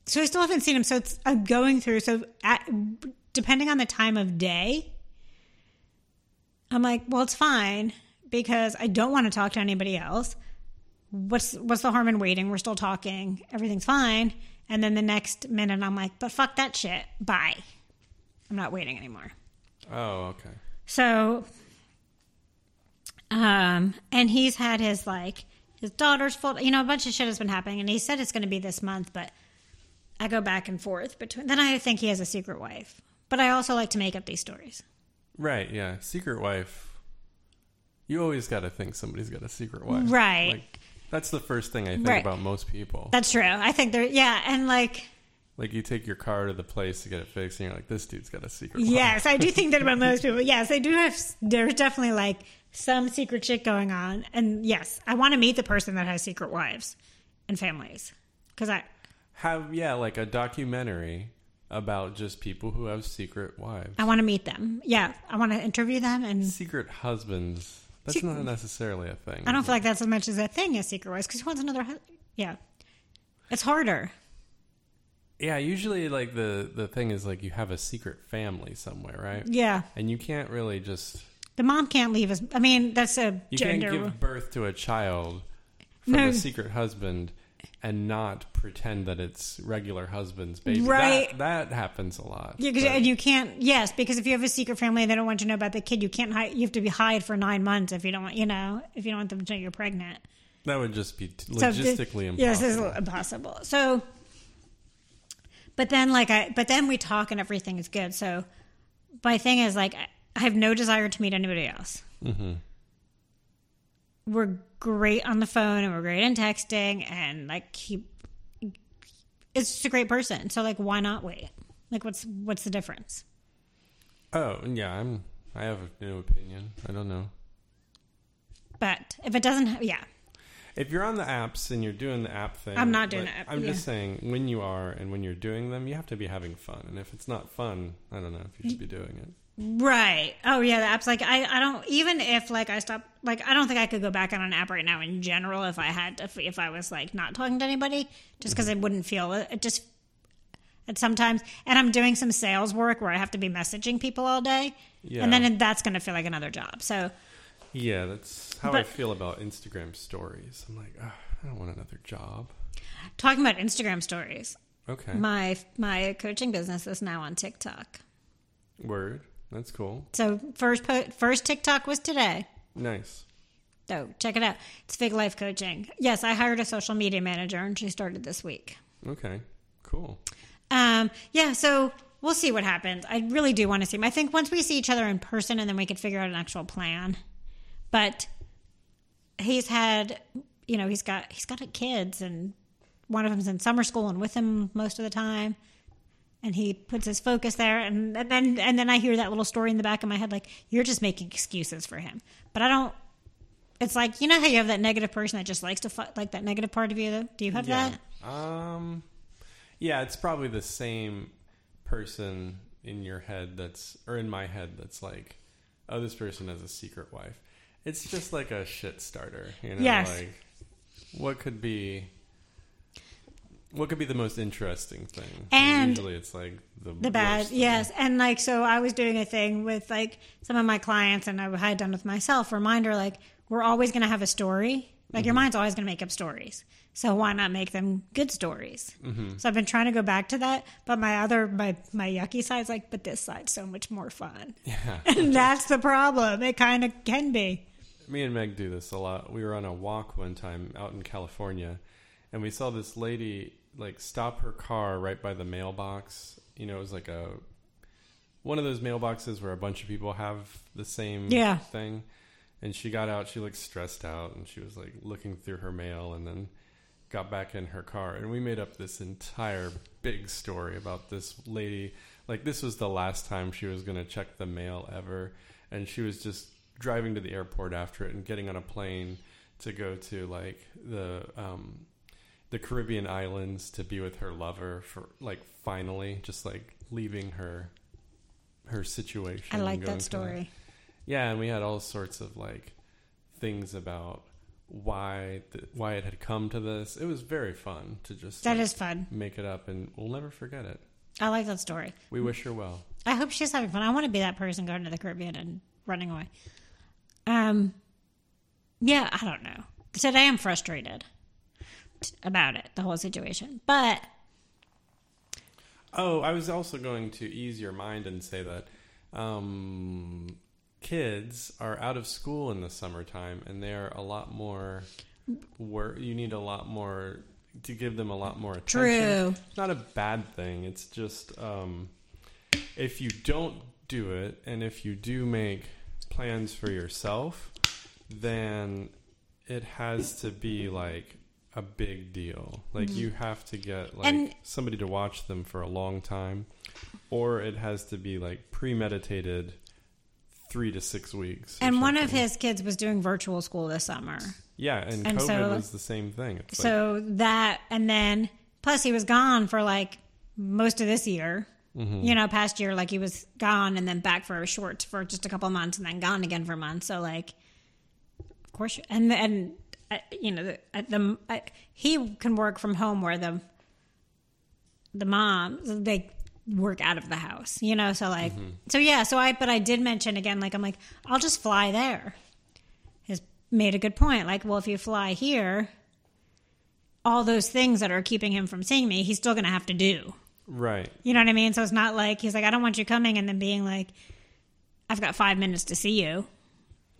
A: so I still haven't seen him. So it's I'm going through. So at, depending on the time of day, I'm like, well, it's fine because I don't want to talk to anybody else. What's what's the harm in waiting? We're still talking. Everything's fine. And then the next minute, I'm like, but fuck that shit. Bye. I'm not waiting anymore.
B: Oh, okay.
A: So, um, and he's had his like his daughter's fault. You know, a bunch of shit has been happening, and he said it's going to be this month, but I go back and forth between. Then I think he has a secret wife, but I also like to make up these stories.
B: Right, yeah. Secret wife. You always got to think somebody's got a secret wife.
A: Right.
B: Like, that's the first thing I think
A: Right.
B: about most people.
A: That's true. I think there, yeah, and like.
B: like, you take your car to the place to get it fixed, and you're like, this dude's got a secret wife.
A: Yes, I do think that about most people. Yes, they do have. There's definitely like some secret shit going on, and yes, I want to meet the person that has secret wives and families because I
B: Have, yeah, like a documentary about just people who have secret wives.
A: I want to meet them. Yeah, I want to interview them, and
B: Secret husbands. That's
A: Secret-
B: not necessarily a thing.
A: I don't feel like that's as much as a thing as secret wives because who wants another? hu- Yeah, it's harder.
B: Yeah, usually, like, the, the thing is, like, you have a secret family somewhere, right?
A: Yeah,
B: And you can't really just.
A: the mom can't leave us. I mean, that's a
B: You
A: gender.
B: can't give birth to a child from
A: No.
B: a secret husband and not pretend that it's regular husband's baby.
A: Right.
B: That, that happens a lot.
A: Yeah, 'cause-
B: But-
A: and you can't. Yes, because if you have a secret family and they don't want you to know about the kid, you can't hide. You have to be hide for nine months if you don't want. You know, if you don't want them to know you're pregnant.
B: that would just be t-
A: So this-
B: logistically impossible.
A: Yes, it's impossible. So, but then like I, but then we talk and everything is good. So my thing is like I- I have no desire to meet anybody else. Mm-hmm. We're great on the phone and we're great in texting and like he, it's just a great person. So like why not wait? Like what's what's the difference?
B: oh, yeah, I'm. I have no opinion. I don't know.
A: But if it doesn't, ha- yeah,
B: If you're on the apps and you're doing the app thing,
A: I'm not doing
B: like,
A: the app,
B: I'm
A: yeah.
B: just saying when you are and when you're doing them, you have to be having fun. And if it's not fun, I don't know if you should be doing it.
A: Right. Oh yeah, the app's like I, I don't even if like I stop like I don't think I could go back on an app right now in general if I had if, if I was like not talking to anybody just because I wouldn't feel it, it just and sometimes and I'm doing some sales work where I have to be messaging people all day
B: Yeah.
A: and then that's going to feel like another job. So
B: Yeah, that's how I
A: But-
B: feel about Instagram stories. I'm like, "Ugh, I don't want another job.
A: talking about Instagram stories,
B: Okay.
A: my my coaching business is now on TikTok.
B: Word. That's cool.
A: So first po- first TikTok was today.
B: Nice.
A: So Oh, check it out. It's Fig Life Coaching. Yes, I hired a social media manager and she started this week.
B: Okay. Cool.
A: Um, yeah, so we'll see what happens. I really do want to see him. I think once we see each other in person and then we can figure out an actual plan. But he's had, you know, he's got he's got kids and one of them's in summer school and with him most of the time. And he puts his focus there and, and then and then I hear that little story in the back of my head like you're just making excuses for him. But I don't it's like you know how you have that negative person that just likes to fu- like that negative part of you. Do you have
B: yeah.
A: that?
B: Um. Yeah, it's probably the same person in your head that's, or in my head that's like, oh, this person has a secret wife. It's just like a shit starter, you know.
A: Yes.
B: Like, what could be, what could be the most interesting thing?
A: And
B: usually, it's like the
A: the bad
B: worst thing.
A: yes and like so i was doing a thing with like some of my clients and i had done with myself reminder like we're always going to have a story like
B: Mm-hmm.
A: your mind's always going to make up stories so why not make them good stories
B: Mm-hmm.
A: so i've been trying to go back to that but my other my my yucky side's like but this side's so much more fun
B: <laughs>
A: <laughs>
B: Yeah.
A: and that's the problem it kind of can be
B: Me and Meg do this a lot. We were on a walk one time out in California, and we saw this lady like stop her car right by the mailbox. You know, it was like a one of those mailboxes where a bunch of people have the same
A: Yeah.
B: thing. And she got out. She looked stressed out, and she was like looking through her mail, and then got back in her car. And we made up this entire big story about this lady. Like this was the last time she was going to check the mail ever, and she was just driving to the airport after it and getting on a plane to go to like the um, the Caribbean islands to be with her lover for like finally just like leaving her her situation.
A: i
B: and
A: like
B: going
A: that
B: to-
A: story
B: yeah, and we had all sorts of like things about why th- why it had come to this. It was very fun to just
A: that
B: like,
A: is fun
B: make it up, and we'll never forget it.
A: i like that story
B: We wish her well.
A: I hope she's having fun. I want to be that person going to the Caribbean and running away. Um, yeah, I don't know. Today I'm frustrated t- about it, the whole situation. But
B: Oh, I was also going to ease your mind and say that um, kids are out of school in the summertime, and they are a lot more. Wor- you need a lot more to give them a lot more attention.
A: True.
B: It's not a bad thing. It's just um, if you don't do it, and if you do make plans for yourself, then it has to be like a big deal. Like you have to get like
A: Mm-hmm. And-
B: somebody to watch them for a long time, or it has to be like premeditated three to six weeks. or
A: and one of
B: something.
A: his kids was doing virtual school this summer,
B: yeah, and,
A: and
B: COVID
A: so-
B: was the same thing. It's like,
A: so that and then plus he was gone for like most of this year. You know, past year like he was gone and then back for a short for just a couple months and then gone again for a month. So like Of course, you- and and uh, you know the, at the uh, he can work from home where the the mom they work out of the house, you know. So like, so yeah. So I but I did mention again, like I'm like I'll just fly there. Has made a good point. Like, well, if you fly here, all those things that are keeping him from seeing me, he's still going to have to do.
B: right,
A: You know what I mean? So it's not like he's like, I don't want you coming and then being like, I've got five minutes to see you,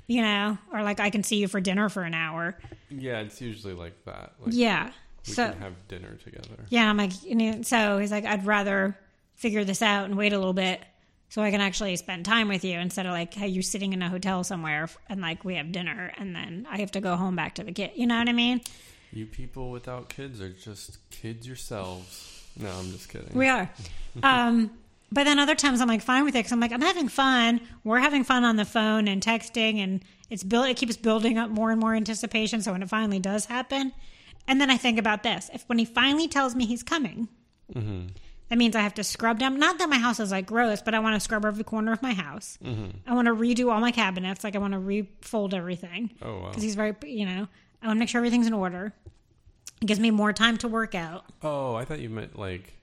A: you know, or like I can see you for dinner for an hour.
B: yeah, it's usually like that. Like
A: Yeah.
B: we
A: So,
B: can have dinner together.
A: yeah, I'm like, you know, so he's like, I'd rather figure this out and wait a little bit so I can actually spend time with you instead of like how you sitting in a hotel somewhere f- and like we have dinner and then I have to go home back to the kid. You know what I mean?
B: You people without kids are just kids yourselves. No, I'm just kidding.
A: We are. um, but then other times I'm like fine with it because I'm like I'm having fun. We're having fun on the phone and texting, and it's built. It keeps building up more and more anticipation. So when it finally does happen, and then I think about this: if when he finally tells me he's coming, that means I have to scrub down. Not that my house is like gross, but I want to scrub every corner of my house. I want to redo all my cabinets. Like I want to refold everything
B: oh wow.
A: because he's very, you know, I want to make sure everything's in order. It gives me more time to work out.
B: Oh, I thought you meant like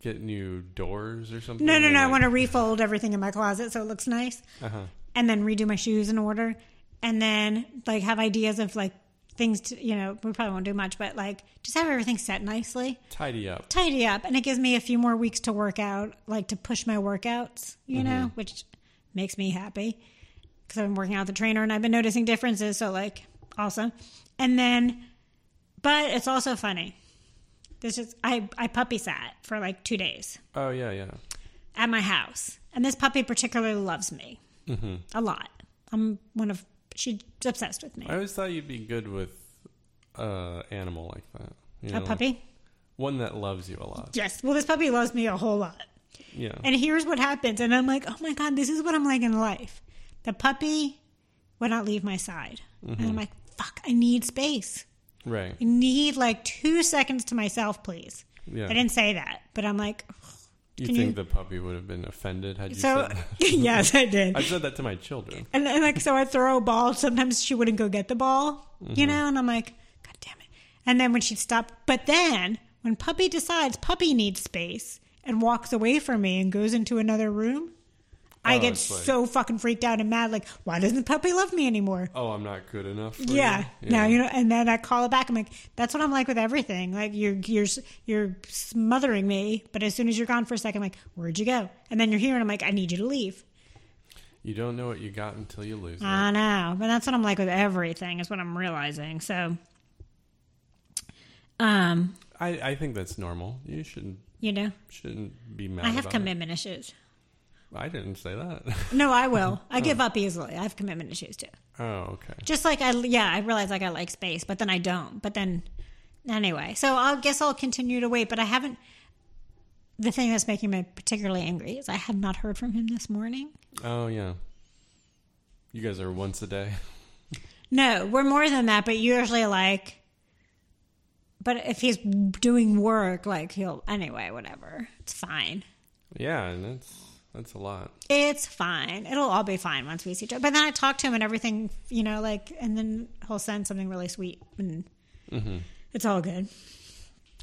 B: get new doors or something.
A: No, no, no. I
B: Like,
A: want to refold everything in my closet so it looks nice
B: uh-huh.
A: and then redo my shoes in order and then like have ideas of like things to, you know, we probably won't do much, but like just have everything set nicely,
B: Tidy up.
A: tidy up. And it gives me a few more weeks to work out, like to push my workouts, you know, which makes me happy because I've been working out with the trainer and I've been noticing differences. So, like, awesome. And then, but it's also funny. This is, I, I puppy sat for like two days
B: Oh yeah, yeah.
A: at my house. And this puppy particularly loves me
B: Mm-hmm.
A: a lot. I'm one of, she's obsessed with me.
B: I always thought you'd be good with uh animal like that. You know,
A: a
B: like
A: puppy?
B: one that loves you a lot.
A: Yes. Well, this puppy loves me a whole lot.
B: Yeah.
A: And here's what happens. And I'm like, oh my God, this is what I'm like in life. The puppy would not leave my side. And
B: Mm-hmm.
A: I'm like, fuck, I need space.
B: right.
A: I need like two seconds to myself, please.
B: Yeah.
A: I didn't say that, but I'm like,
B: you
A: can
B: think the
A: you-
B: puppy would have been offended had you
A: so
B: said that?
A: <laughs> yes, I did.
B: I've said that to my children.
A: And, and like, so I throw a ball. Sometimes she wouldn't go get the ball,
B: Mm-hmm.
A: you know, and I'm like, God damn it. And then when she'd stop, but then when puppy decides puppy needs space and walks away from me and goes into another room, I
B: Oh,
A: get
B: it's like-
A: so fucking freaked out and mad. Like, why doesn't puppy love me anymore?
B: Oh, I'm not good enough. For
A: Yeah.
B: You?
A: No, you know, and then I call it back. I'm like, that's what I'm like with everything. Like you're you're you're smothering me, but as soon as you're gone for a second, I'm like, where'd you go? And then you're here, and I'm like, I need you to leave.
B: You don't know what you got until you lose it.
A: I know, but that's what I'm like with everything. Is what I'm realizing. So, um,
B: I, I think that's normal. You shouldn't
A: you know,
B: shouldn't be mad.
A: I have
B: about
A: commitment issues.
B: It. I didn't say that. <laughs>
A: No, I will. I give up easily. I have commitment issues too.
B: oh, okay.
A: Just like I, yeah, I realize like I like space, but then I don't. But then, anyway, so I guess I'll continue to wait. But I haven't. The thing that's making me particularly angry is I have not heard from him this morning.
B: Oh yeah. You guys are once a day. <laughs>
A: No, we're more than that, but usually like. But if he's doing work, like he'll anyway, whatever. It's fine.
B: Yeah, and that's that's a lot.
A: It's fine. It'll all be fine once we see each other. But then I talk to him and everything, you know, like, and then he'll send something really sweet, and it's all good.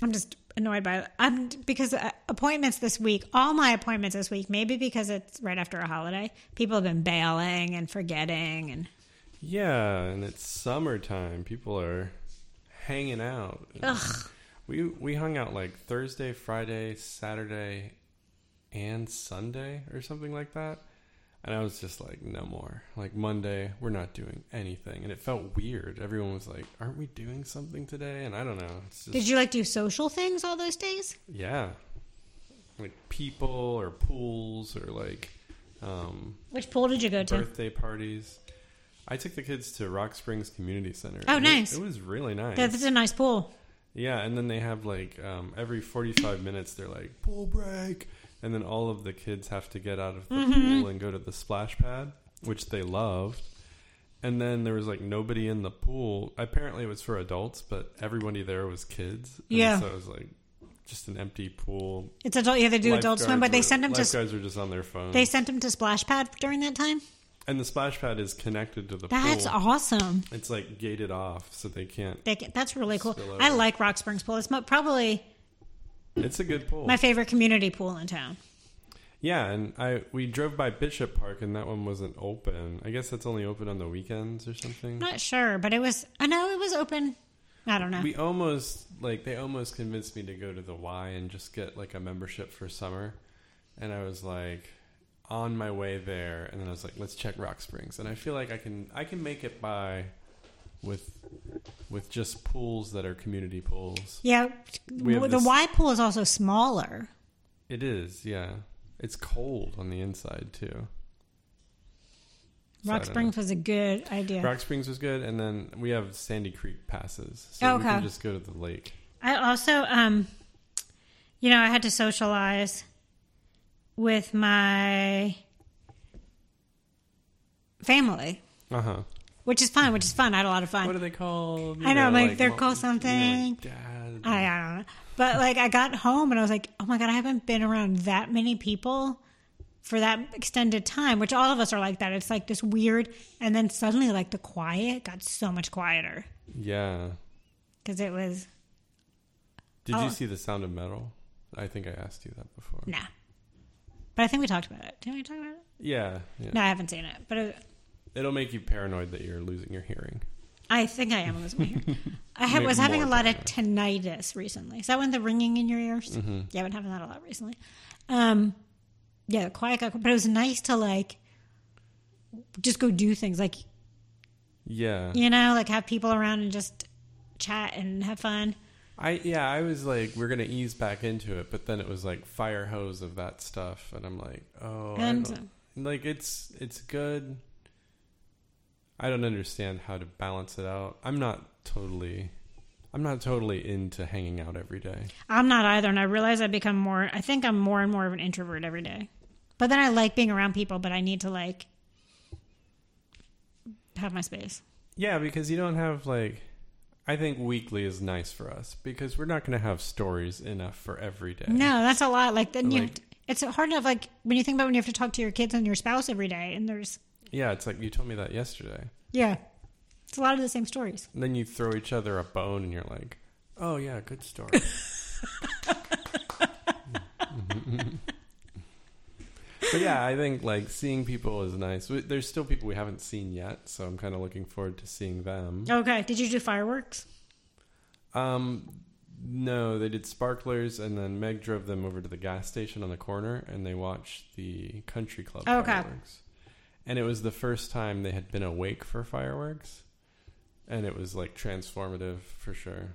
A: I'm just annoyed by it. I'm because uh, appointments this week, all my appointments this week, maybe because it's right after a holiday, people have been bailing and forgetting, and
B: Yeah, and it's summertime. People are hanging out. We we hung out like Thursday, Friday, Saturday, and Sunday or something like that. And I was just like, no more. Like Monday, we're not doing anything. And it felt weird. Everyone was like, aren't we doing something today? And I don't know. It's just
A: did you like do social things all those days?
B: yeah. Like people or pools or like um
A: Which pool did you go to?
B: birthday parties. I took the kids to Rock Springs Community Center.
A: Oh,
B: It was-
A: nice.
B: It was really nice.
A: That- That's a nice pool.
B: yeah, and then they have like um, every 45 minutes, they're like, pool break. And then all of the kids have to get out of the
A: Mm-hmm.
B: pool and go to the splash pad, which they loved. And then there was like nobody in the pool. Apparently, it was for adults, but everybody there was kids. And
A: Yeah.
B: So it was like just an empty pool.
A: It's adult. Yeah, they do adult swim, but they sent
B: them
A: him to
B: Lifeguards uh, were just on their phone.
A: they sent him to splash pad during that time.
B: and the splash pad is connected to the pool.
A: That's awesome.
B: It's like gated off, so they can't.
A: They can, that's really cool.
B: Spill over.
A: I like Rock Springs Pool. It's mo- probably
B: It's a good pool.
A: my favorite community pool in town.
B: yeah, and I we drove by Bishop Park, and that one wasn't open. I guess that's only open on the weekends or something.
A: Not sure, but it was. I know it was open. I don't know.
B: We almost like they almost convinced me to go to the Y and just get like a membership for summer, and I was like on my way there, and then I was like, let's check Rock Springs, and I feel like I can I can make it by with with just pools that are community pools.
A: yeah,
B: We have
A: the
B: this-
A: Y pool is also smaller.
B: It is, yeah. It's cold on the inside too. So I
A: Rock
B: don't
A: Springs was a good idea.
B: Rock Springs was good, and then we have Sandy Creek passes, so we
A: Okay.
B: can just go to the lake.
A: I also, um, you know, I had to socialize with my family,
B: Uh huh.
A: which is fun. Which is fun. I had a lot of fun.
B: What are they called? You
A: I know, I'm like, they're
B: mom-
A: called
B: you know,
A: something.
B: like dad.
A: I, I don't know. But like I got home and I was like, oh my God, I haven't been around that many people for that extended time, which all of us are like that. It's like this weird. And then suddenly, like the quiet got so much quieter
B: yeah.
A: because it was,
B: Did
A: Oh.
B: you see the Sound of Metal? I think I asked you that before.
A: nah. But I think we talked about it. Didn't we talk about it?
B: Yeah. yeah.
A: No, I haven't seen it. But it,
B: It'll make you paranoid that you're losing your hearing.
A: I think I am losing my
B: <laughs>
A: hair. I ha-
B: Maybe
A: was having a
B: more
A: lot
B: than
A: of tinnitus recently. Is that when the ringing in your ears?
B: Mm-hmm.
A: Yeah, I've been having that a lot recently. Um, yeah, the quiet got, but it was nice to like just go do things, like
B: Yeah.
A: you know, like have people around and just chat and have fun.
B: I yeah, I was like, we're gonna ease back into it, but then it was like fire hose of that stuff, and I'm like, oh, I
A: And-
B: don't- like it's it's good. I don't understand how to balance it out. I'm not totally, I'm not totally into hanging out every day.
A: I'm not either, and I realize I become more. I think I'm more and more of an introvert every day. But then I like being around people, but I need to like have my space.
B: Yeah, because you don't have like, I think weekly is nice for us because we're not gonna have stories enough for every day.
A: No, that's a lot. Like then you,
B: Like-
A: have to, it's hard enough. Like when you think about when you have to talk to your kids and your spouse every day, and there's
B: Yeah, it's like you told me that yesterday.
A: yeah, it's a lot of the same stories.
B: And then you throw each other a bone and you're like, oh, yeah, good story. but yeah, I think like seeing people is nice. We- There's still people we haven't seen yet, so I'm kind of looking forward to seeing them.
A: Okay, did you do fireworks?
B: Um, no, they did sparklers, and then Meg drove them over to the gas station on the corner, and they watched the country club
A: Oh, Okay.
B: fireworks. And it was the first time they had been awake for fireworks, and it was like transformative for sure.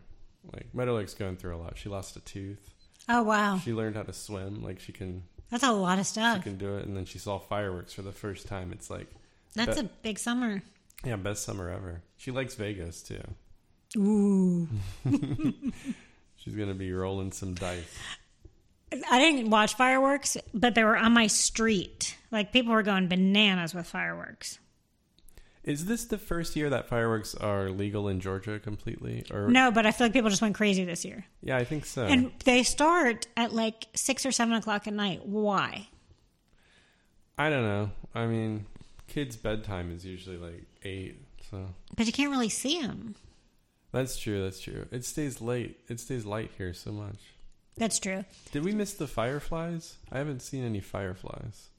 B: Like Meadowlake's going through a lot. She lost a tooth.
A: Oh wow,
B: She learned how to swim. Like she can,
A: that's a lot of
B: she
A: stuff.
B: can do it. And then she saw fireworks for the first time. It's like,
A: That's a big summer.
B: yeah, best summer ever. She likes Vegas too.
A: Ooh,
B: She's gonna be rolling some dice.
A: I didn't watch fireworks, but they were on my street. Like people were going bananas with fireworks.
B: Is this the first year that fireworks are legal in Georgia completely? Or
A: No, but I feel like people just went crazy this year,
B: yeah, I think so.
A: and they start at like six or seven o'clock at night. Why?
B: I don't know. I mean, kids' bedtime is usually like eight, so
A: But you can't really see them.
B: that's true. That's true. It stays late. It stays light here so much.
A: That's true.
B: Did we miss the fireflies? I haven't seen any fireflies.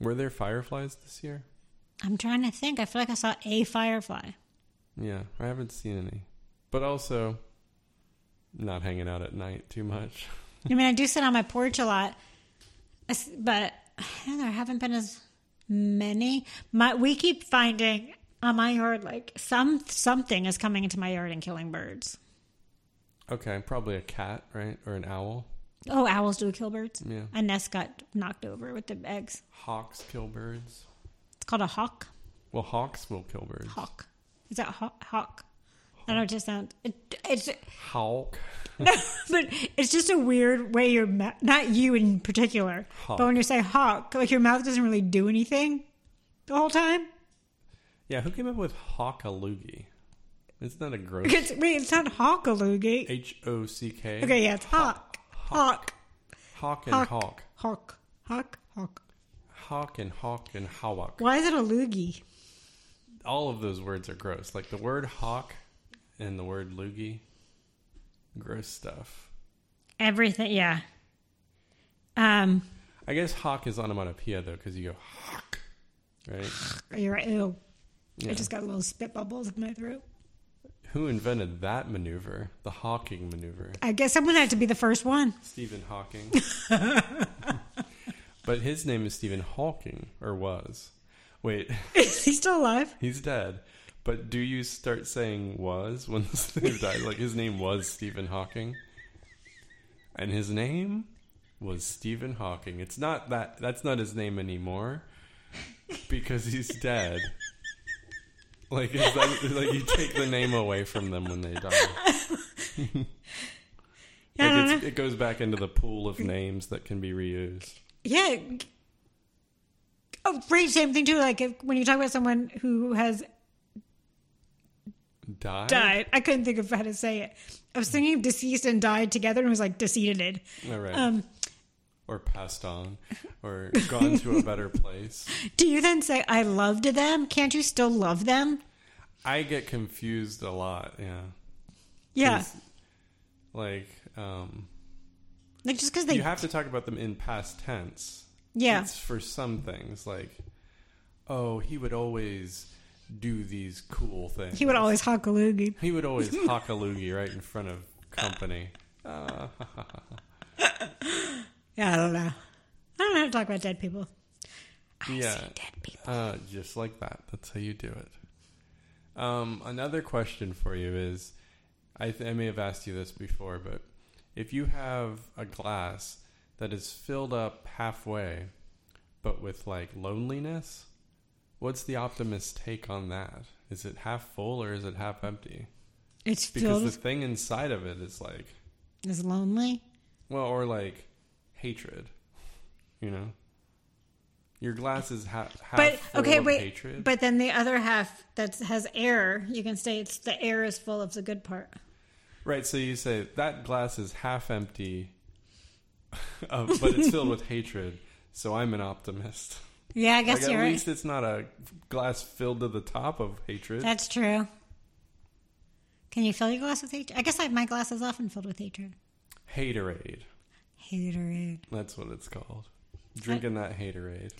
B: Were there fireflies this year?
A: I'm trying to think. I feel like I saw a firefly.
B: Yeah, I haven't seen any. But also, not hanging out at night too much. <laughs>
A: I mean, I do sit on my porch a lot, I s- but I don't know, there haven't been as many. My we keep finding on my yard like some something is coming into my yard and killing birds.
B: Okay, probably a cat, right? Or an owl.
A: Oh, owls do kill birds.
B: Yeah.
A: A nest got knocked over with the eggs.
B: Hawks kill birds.
A: It's called a hawk.
B: Well, hawks will kill birds.
A: Hawk. Is that hawk? hawk? I don't know. It just sounds. It, it's
B: Hawk.
A: but it's just a weird way your ma- not you in particular,
B: Hawk.
A: but when you say hawk, like your mouth doesn't really do anything the whole time.
B: Yeah, who came up with hawkaloogie? Isn't that a
A: <laughs>
B: gross?
A: It's, wait, it's not hawkaloogie.
B: H O C K.
A: Okay, yeah, it's hawk. Hawk.
B: Hawk and
A: Hawk.
B: hawk.
A: Hawk. Hawk. Hawk.
B: Hawk and hawk and hawk.
A: Why is it a loogie?
B: All of those words are gross. Like the word hawk and the word loogie. Gross stuff.
A: Everything, yeah. Um,
B: I guess hawk is onomatopoeia though, because you go hawk, right?
A: you're right. Ew.
B: Yeah.
A: I just got little spit bubbles in my throat.
B: Who invented that maneuver? The hawking maneuver.
A: I guess someone had to be the first one. <laughs>
B: Stephen Hawking. but his name is Stephen Hawking, or was. Wait, <laughs>
A: is he still alive?
B: he's dead. But do you start saying was when <laughs> this dude died? Like his name was Stephen Hawking. And his name was Stephen Hawking. It's not that that's not his name anymore. Because he's dead. Like, is that, like you take the name away from them when they die.
A: I
B: Like
A: don't know.
B: it's, it goes back into the pool of names that can be reused.
A: Yeah. Oh, right. Same thing too. Like if, when you talk about someone who has
B: Die?
A: died, I couldn't think of how to say it. I was thinking of deceased and died together, and it was like deceated.
B: All right.
A: Um,
B: or passed on,
A: <laughs>
B: or gone to a better place.
A: do you then say I loved them? Can't you still love them?
B: I get confused a lot. Yeah.
A: Yeah,
B: 'Cause, Like, um,
A: like just because they.
B: you have to talk about them in past tense.
A: yeah,
B: It's for some things like, oh, he would always do these cool things.
A: He would always hock a loogie.
B: He would
A: <laughs>
B: always hock a loogie right in front of company.
A: Yeah, I don't know. I don't know how to talk about dead people.
B: yeah,
A: Dead people.
B: uh, just like that. That's how you do it. Um, another question for you is, I, th- I may have asked you this before, but if you have a glass that is filled up halfway, but with like loneliness, what's the optimist take on that? Is it half full or is it half empty?
A: It's
B: Because
A: filled
B: the thing inside of it is like,
A: is lonely.
B: well, or like hatred, you know. Your glass is ha- half
A: But
B: full
A: okay,
B: of
A: wait.
B: hatred.
A: But then the other half that has air, you can say it's the air is full of the good part.
B: Right, so you say that glass is half empty, <laughs> uh, but it's filled
A: <laughs>
B: with hatred. So I'm an optimist.
A: Yeah, I guess
B: Like, at
A: you're right.
B: least it's not a glass filled to the top of hatred.
A: That's true. Can you fill your glass with hatred? I guess I, my glass is often filled with hatred.
B: Haterade.
A: Haterade.
B: That's what it's called. Drinking that haterade.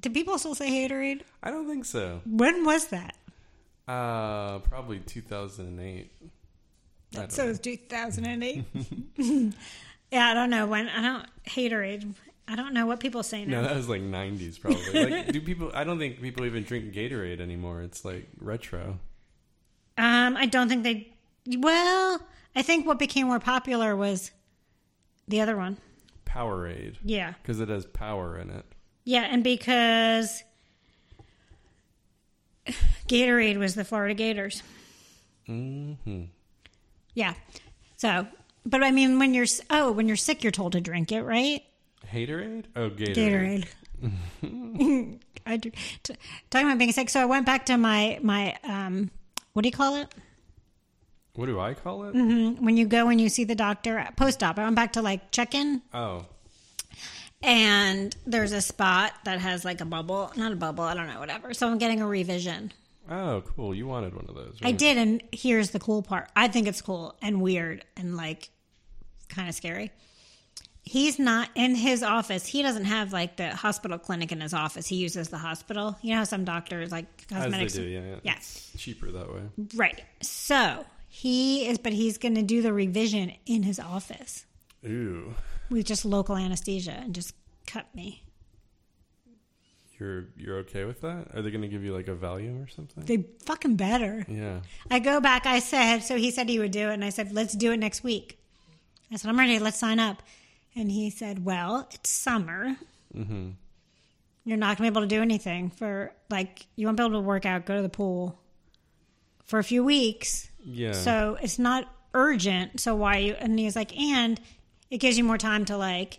A: Do people still say haterade?
B: I don't think so.
A: When was that?
B: Uh, probably 2008. I don't
A: So it
B: know.
A: was
B: <laughs>
A: 2008. <laughs> yeah, I don't know when. I don't haterade. I don't know what people say now.
B: No, that was like 90s probably. like,
A: <laughs>
B: do people? I don't think people even drink Gatorade anymore. It's like retro.
A: Um, I don't think they. Well, I think what became more popular was the other one.
B: Powerade.
A: Yeah,
B: Because it has power in it.
A: yeah, and because Gatorade was the Florida Gators.
B: hmm
A: Yeah. So, but I mean, when you're s- oh, when you're sick, you're told to drink it, right?
B: Haterade? Oh, Gatorade.
A: Gatorade. I do, t- talking about being sick. So I went back to my my um, what do you call it?
B: What do I call it?
A: When you go and you see the doctor at post op. I went back to like check in,
B: Oh,
A: and there's a spot that has like a bubble, not a bubble, I don't know, whatever. So I'm getting a revision.
B: oh, cool. You wanted one of those.
A: I
B: Right?
A: did, and here's the cool part. I think it's cool and weird and like kind of scary. He's not in his office. He doesn't have like the hospital clinic in his office. He uses the hospital. You know how some doctors like
B: As they
A: cosmetics.
B: do, yeah, yeah.
A: Yeah.
B: It's cheaper that way.
A: Right. So he is, but he's going to do the revision in his office
B: Ooh,
A: with just local anesthesia and just cut me.
B: you're you're okay with that? Are they going to give you like a Valium or something?
A: They fucking better.
B: yeah.
A: I go back. I said, so he said he would do it. And I said, let's do it next week. I said, I'm ready. Let's sign up. And he said, well, it's summer. You're not going to be able to do anything for, like, you won't be able to work out, go to the pool for a few weeks.
B: Yeah.
A: So it's not urgent. So why you? And he's like, and it gives you more time to like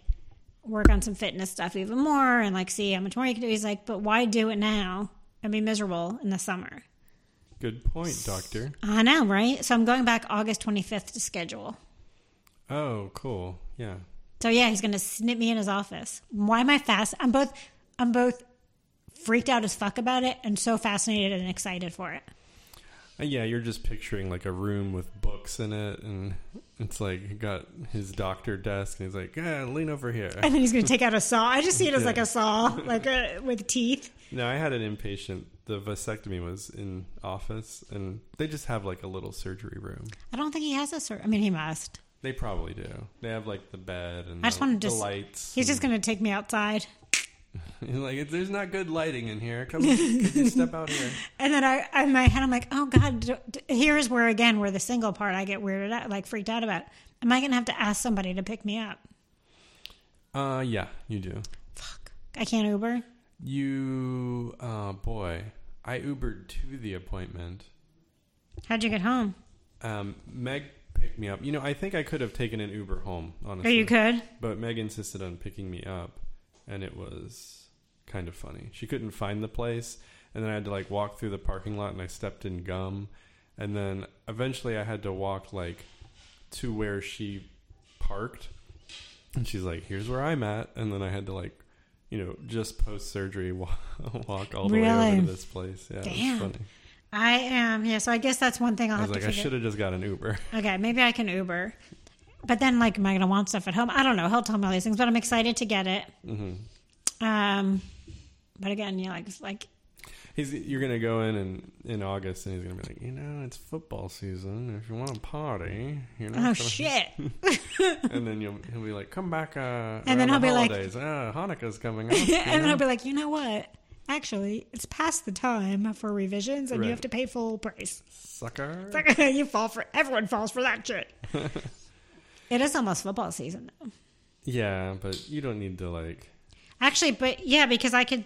A: work on some fitness stuff even more and like see how much more you can do. He's like, but why do it now and be miserable in the summer?
B: Good point, doctor.
A: I know, right? So I'm going back August 25th to schedule.
B: Oh, cool. Yeah.
A: So yeah, he's gonna snip me in his office. Why am I fast? I'm both, I'm both freaked out as fuck about it and so fascinated and excited for it.
B: Uh, Yeah, you're just picturing like a room with books in it, and it's like he got his doctor desk, and he's like, "Yeah, lean over here."
A: And then he's gonna take out a saw. I just see it as
B: Yeah.
A: like a saw, like a, with teeth.
B: No, I had an inpatient. The vasectomy was in office, and they just have like a little surgery room.
A: I don't think he has a sur- I mean, he must.
B: They probably do. They have like the bed and
A: I just
B: the,
A: wanna
B: the
A: just-
B: lights.
A: He's just gonna take me outside,
B: He's <laughs> like, "If there's not good lighting in here. Come, could you step out
A: <laughs>
B: here.
A: and then I, I- in my head, I'm like, oh god, d- d- here's where again, where the single part I get weirded out, like freaked out about. Am I gonna have to ask somebody to pick me up?
B: Uh, yeah, you do.
A: Fuck, I can't Uber.
B: You, uh, boy, I Ubered to the appointment.
A: How'd you get home?
B: Um, Meg picked me up. You know, I think I could have taken an Uber home,
A: Oh,
B: honestly.
A: you could.
B: But Meg insisted on picking me up, and it was kind of funny. She couldn't find the place, and then I had to like walk through the parking lot, and I stepped in gum, and then eventually I had to walk like to where she parked, and she's like, "Here's where I'm at," and then I had to like, you know, just post surgery walk, <laughs> walk all the way
A: Really?
B: over to this place. Yeah, it
A: Damn.
B: was funny.
A: I am. Yeah, so I guess that's one thing I'll
B: I was
A: have
B: like,
A: to
B: I
A: figure.
B: should have just got an Uber. <laughs>
A: okay, maybe I can Uber. But then, like, am I going to want stuff at home? I don't know. He'll tell me all these things, but I'm excited to get it.
B: hmm
A: Um, but again, yeah, like, it's like
B: he's you're gonna go in and in August, and he's gonna be like, you know, it's football season. If you want to party, you know, <laughs>
A: Oh shit! <laughs>
B: and then you'll he'll be like, come back. Uh,
A: And then
B: around the
A: he'll be like-
B: holidays. uh, Hanukkah's
A: <laughs>
B: coming. Up, you
A: and then
B: know?
A: I'll be like, you know what? Actually, it's past the time for revisions, and
B: Right.
A: you have to pay
B: <laughs>
A: full price. <laughs>
B: sucker.
A: It's like, you fall for everyone falls for that shit.
B: <laughs>
A: it is almost football season. though.
B: Yeah, but you don't need to like.
A: Actually, but yeah, because I could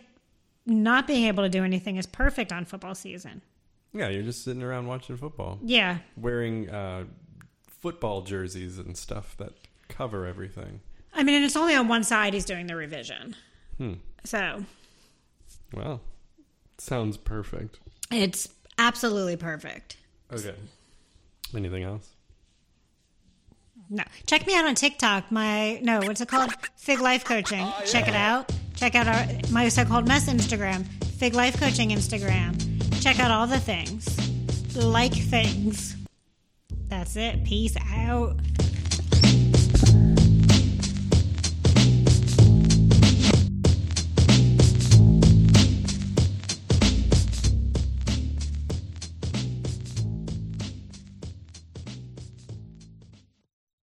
A: not being able to do anything is perfect on football season.
B: Yeah, you're just sitting around watching football,
A: Yeah,
B: wearing uh, football jerseys and stuff that cover everything.
A: I mean, and it's only on one side he's doing the revision,
B: Hmm.
A: so
B: Well, sounds perfect.
A: it's absolutely perfect.
B: Okay. Anything else?
A: No. Check me out on TikTok. My no, what's it called? Fig Life Coaching. Check it out. Check out our my so-called mess Instagram, Fig Life Coaching Instagram. Check out all the things. Like things. That's it. Peace out.